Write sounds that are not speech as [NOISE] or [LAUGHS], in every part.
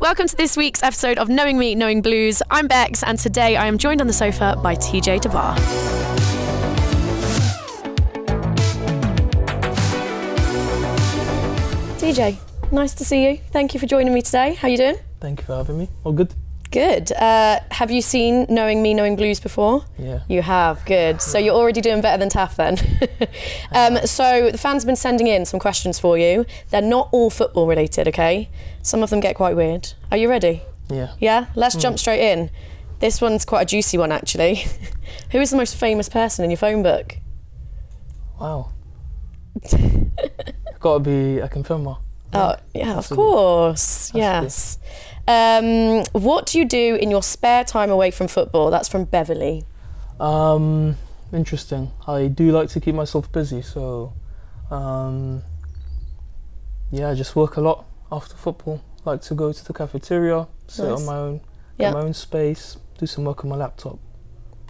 Welcome to this week's episode of Knowing Me, Knowing Blues. I'm Bex, and today I am joined on the sofa by TJ DeVar. TJ, nice to see you. Thank you for joining me today. How you doing? Thank you for having me. All good. Good. Uh, have you seen Knowing Me, Knowing Blues before? Yeah. You have, good. So you're already doing better than Taff then. [LAUGHS] um, so the fans have been sending in some questions for you. They're not all football related, okay? Some of them get quite weird. Are you ready? Yeah. Yeah? Let's Hmm. jump straight in. This one's quite a juicy one, actually. [LAUGHS] Who is the most famous person in your phone book? [LAUGHS] Wow. Gotta be a confirmer. Oh, yeah, of Possibly. course. Yes. Um, what do you do in your spare time away from football? That's from Beverly. Um, interesting. I do like to keep myself busy, so um, yeah, I just work a lot after football. Like to go to the cafeteria, sit Nice. on my own, Yeah. get my own space, do some work on my laptop.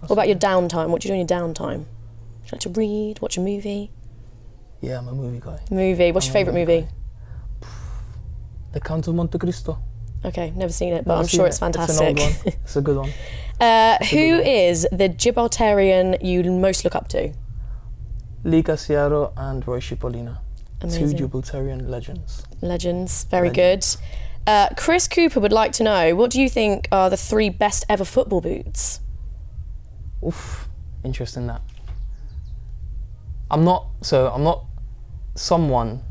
What about your downtime? What do you do in your downtime? Do you like to read, watch a movie? Yeah, I'm a movie guy. Movie. What's your I'm a favourite movie? The Count of Monte Cristo. Okay, never seen it, but Never I'm seen sure it. it's It's an fantastic. old one. It's a [LAUGHS] good one. uh, good who one. is the Gibraltarian you most look up to? Lee Casiaro and Roy Cipollina, two Amazing. Gibraltarian legends. Legends. Very good. Uh, Chris Cooper would like to know what do you think are the three best ever football boots? Oof, interesting that. I'm not so I'm not someone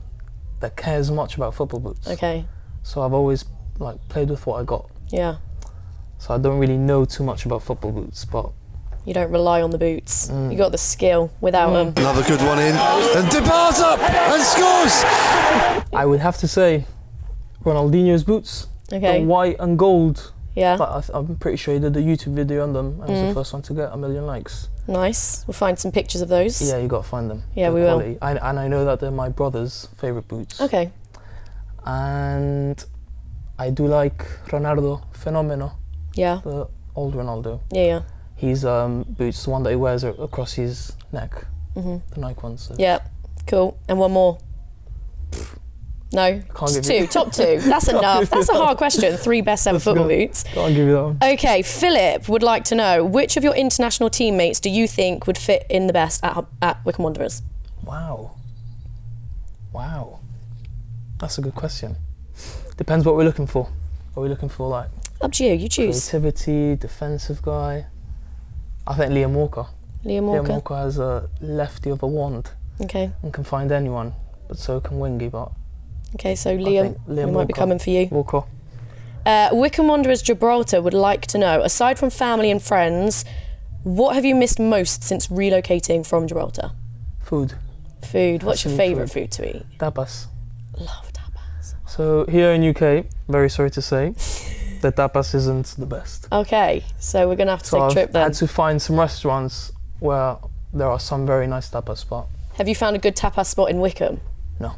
that cares much about football boots. Okay, So I've always like played with what I got. yeah. So I don't really know too much about football boots, but You don't rely on the boots. Mm. You got the skill without them. Another good one in. And Debars up and scores. I would have to say Ronaldinho's boots, Okay. Uh-huh. the white and gold. Yeah, But I th- I'm pretty sure he did a YouTube video on them and Mm-hmm. was the first one to get a million likes. nice. We'll find some pictures of those. Yeah, you gotta find them. Yeah, They're we will. quality. I, and I know that they're my brother's favorite boots. Okay. and I do like Ronaldo Fenomeno, Yeah. the old Ronaldo. Yeah. Yeah. His um, boots, the one that he wears are across his neck, mm-hmm. the Nike ones. Yeah. Yeah, cool. And one more. No, just give you- two. Top [LAUGHS] two. That's enough. give you That's a that. hard question. Three [LAUGHS] best ever football go. boots. I'll give you that one. Okay, Philip would like to know which of your international teammates do you think would fit in the best at, at Wickham Wanderers? Wow. Wow. That's a good question. Depends what we're looking for. Are we looking for like Up to you. You choose. creativity, defensive guy? I think Liam Walker. Liam Liam Walker. Walker has a lefty of a wand Okay. and can find anyone, but so can Wingy. But Okay. So think Liam, Liam we might be Walker. coming for you. Walker, Uh, Wickham Wanderers Gibraltar would like to know, aside from family and friends, what have you missed most since relocating from Gibraltar? food, Food. What's your Absolute favourite food. food to eat? tapas. Love tapas. So here in UK, very sorry to say, the tapas isn't the best. Okay, so we're gonna have to So take a I've trip then. had to find some restaurants where there are some very nice tapas, but Have you found a good tapas spot in Wickham? No.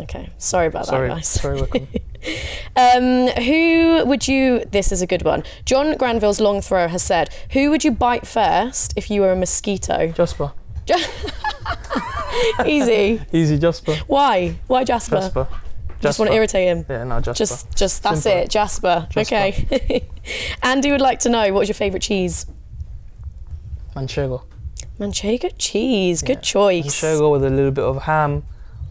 Okay, sorry about sorry, that, guys. [LAUGHS] sorry, Wickham. Um, who would you? This is a good one. John Granville's long throw has said, "Who would you bite first if you were a [LAUGHS] mosquito?" Jasper, Easy. easy Jasper, Why? Why Jasper? Jasper. Just want to irritate him. Yeah, no, Jasper. Just, just that's Simple. it, Jasper. Jasper. Okay. [LAUGHS] Andy would like to know what's your favourite cheese? Manchego. Manchego cheese. Good choice. Manchego with a little bit of ham,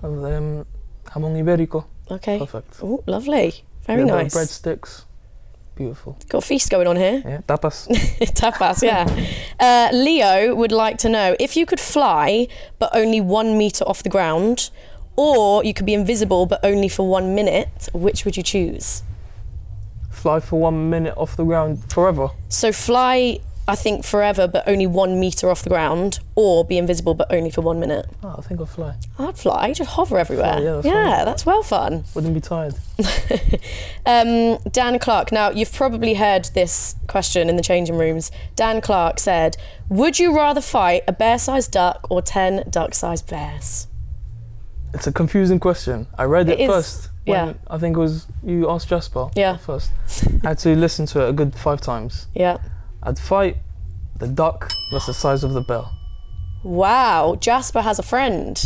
and um, jamon iberico. Okay. Perfect. Oh, lovely. Very little nice. Bit of breadsticks. Beautiful. Got a feast going on here. Yeah, tapas. [LAUGHS] Tapas, yeah. Uh, Leo would like to know if you could fly but only one meter off the ground, or you could be invisible but only for one minute. Which would you choose? Fly for one minute off the ground forever. So fly, I think, forever but only one meter off the ground, or be invisible but only for one minute. Oh, I think I'll fly. I'd fly, just hover everywhere. yeah, that's that's well fun. Wouldn't be tired. Um, Dan Clark. Now, you've probably heard this question in the changing rooms. Dan Clark said, Would you rather fight a bear sized duck or 10 duck sized bears? It's a confusing question. I read it, It is, first. When yeah. I think it was you asked Jasper. Yeah. at First, I had to listen to it a good five times. Yeah. I'd fight the duck that's the size of the bell. Wow. Jasper has a friend.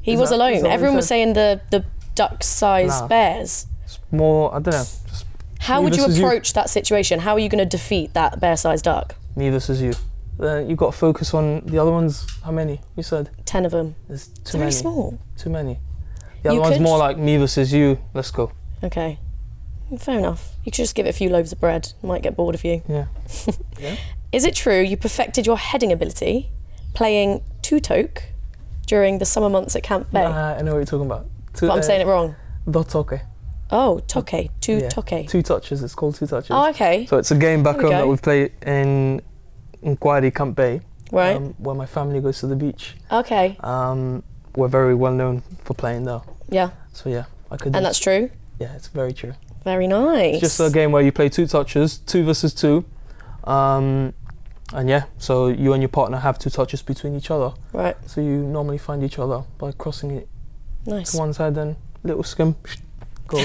He Is was that- is that alone. what he Everyone was said? saying the, the duck sized Nah. bears. It's more. I don't know. Just How would Neither you says you. approach that situation? How are you going to defeat that bear-sized duck? neither says you. Then you got to focus on the other ones. How many you said? Ten of them. There's too It's very many. small. Too many. The other You one's could- more like me versus you. Let's go. Okay. Fair enough. You could just give it a few loaves of bread. It might get bored of you. [LAUGHS] Yeah. Is it true you perfected your heading ability playing two-toke during the summer months at Camp Bay? Nah, I know what you're talking about. uh, Two, but I'm saying it wrong. Dot okay. Oh, toke. Two Yeah. toke. Two touches. It's called two touches. Oh, okay. So it's a game back There home we that go. we play in Inquiry Camp Bay, Right. um, where my family goes to the beach. okay. Um, we're very well known for playing there. Yeah. So yeah, I could. And that's true. yeah, it's very true. Very nice. It's just a game where you play two touches, two versus two, um, and yeah, so you and your partner have two touches between each other. Right. So you normally find each other by crossing it Nice. to one side, then little skim, [LAUGHS] go.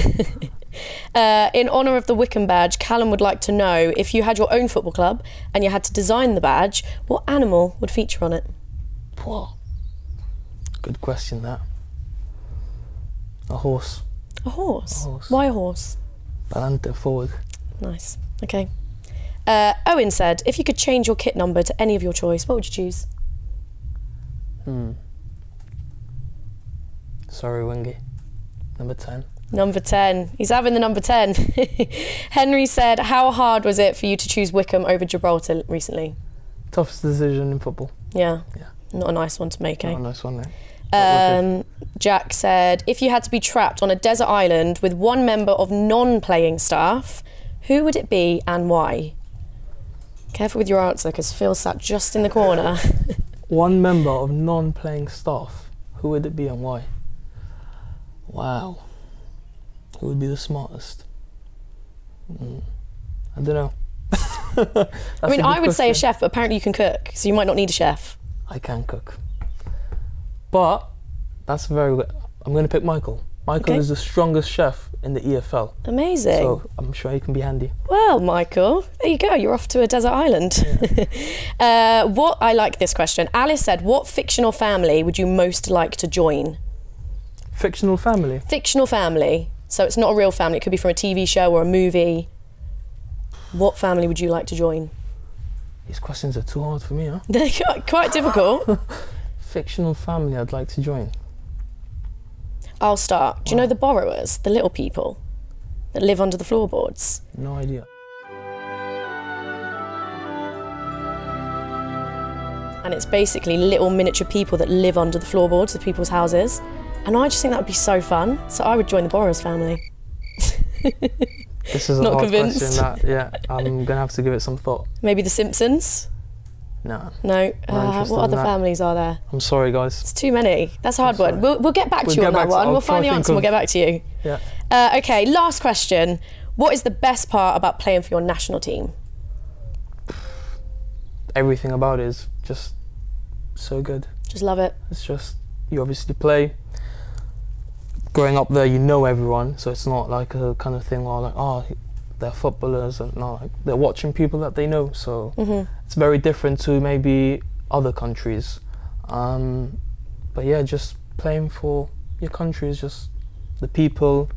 Uh, in honour of the Wickham badge, Callum would like to know if you had your own football club and you had to design the badge, what animal would feature on it? Whoa. Good question. That a horse, A horse. A horse. Why a horse? Balante forward. Nice. Okay. Uh, Owen said, if you could change your kit number to any of your choice, what would you choose? Sorry, Wingy. Number ten. Number 10. He's having the number 10. [LAUGHS] Henry said, how hard was it for you to choose Wickham over Gibraltar recently? Toughest decision in football. Yeah. Yeah. Not a nice one to make, eh? Oh, nice one there. Um, Jack said, if you had to be trapped on a desert island with one member of non playing staff, who would it be and why? Careful with your answer because Phil sat just in the corner. One member of non-playing staff. Who would it be and why? Wow. Who would be the smartest? Mm. I don't know. [LAUGHS] I mean, I would say a chef, but apparently you can cook, so you might not need a chef. I can cook, but that's very. good. I'm going to pick Michael. Michael Okay. is the strongest chef in the EFL, Amazing. so I'm sure he can be handy. Well, Michael, there you go. You're off to a desert island. [LAUGHS] uh, what I like this question. Alice said, "What fictional family would you most like to join?" Fictional family. Fictional family. So it's not a real family. It could be from a TV show or a movie. What family would you like to join? [LAUGHS] These questions are too hard for me, huh? They're quite- quite [LAUGHS] difficult. Fictional family I'd like to join. I'll start. Do you know the borrowers, the little people that live under the floorboards? No idea. And it's basically little miniature people that live under the floorboards of people's houses. And I just think that would be so fun. So I would join the borrowers family. This is a Not hard convinced. question. That, yeah, I'm gonna have to give it some thought. Maybe the Simpsons? No, No. Not Uh, interested what in other that. families are there? I'm sorry, guys. It's too many. That's a hard one. sorry. We'll, we'll get back to We'll you get on back that to- one. I'll we'll try find the think answer and we'll of- get back to you. Yeah. Uh, okay, last question. What is the best part about playing for your national team? Everything about it is just so good. Just love it. It's just you obviously play. Growing up there, you know everyone, so it's not like a kind of thing where like, oh, they're footballers, and no, like, they're watching people that they know. So it's very different to maybe other countries. Um, but yeah, just playing for your country is just the people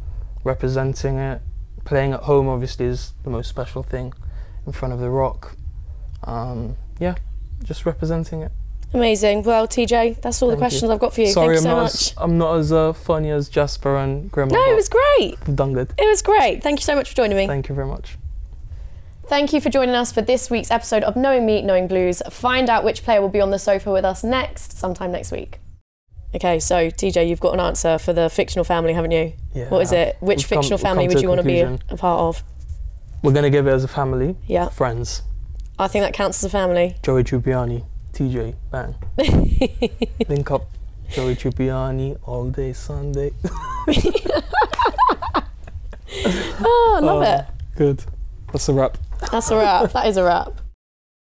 representing it. Playing at home obviously is the most special thing in front of the rock. Um, yeah, just representing it. Amazing. Well, TJ, that's all the Thank you. questions I've got for you. Sorry, Thank you so I'm not much. As, I'm not as uh, funny as Jasper and Grandma. No, but it was great. we've done good. It was great. Thank you so much for joining me. Thank you very much. Thank you for joining us for this week's episode of Knowing Me, Knowing Blues. Find out which player will be on the sofa with us next, sometime next week. Okay, so TJ, you've got an answer for the fictional family, haven't you? Yeah, What is I have. it? Which We've come- fictional we've come family to would a you want to be a, conclusion. a part of? We're gonna give it as a family. Yeah, Friends, I think that counts as a family. Joey Tribbiani, TJ, [LAUGHS] bang. Link up, Joey Tribbiani all day Sunday. Oh, I love Oh, Good. That's a wrap. it. That's a wrap. that is a wrap.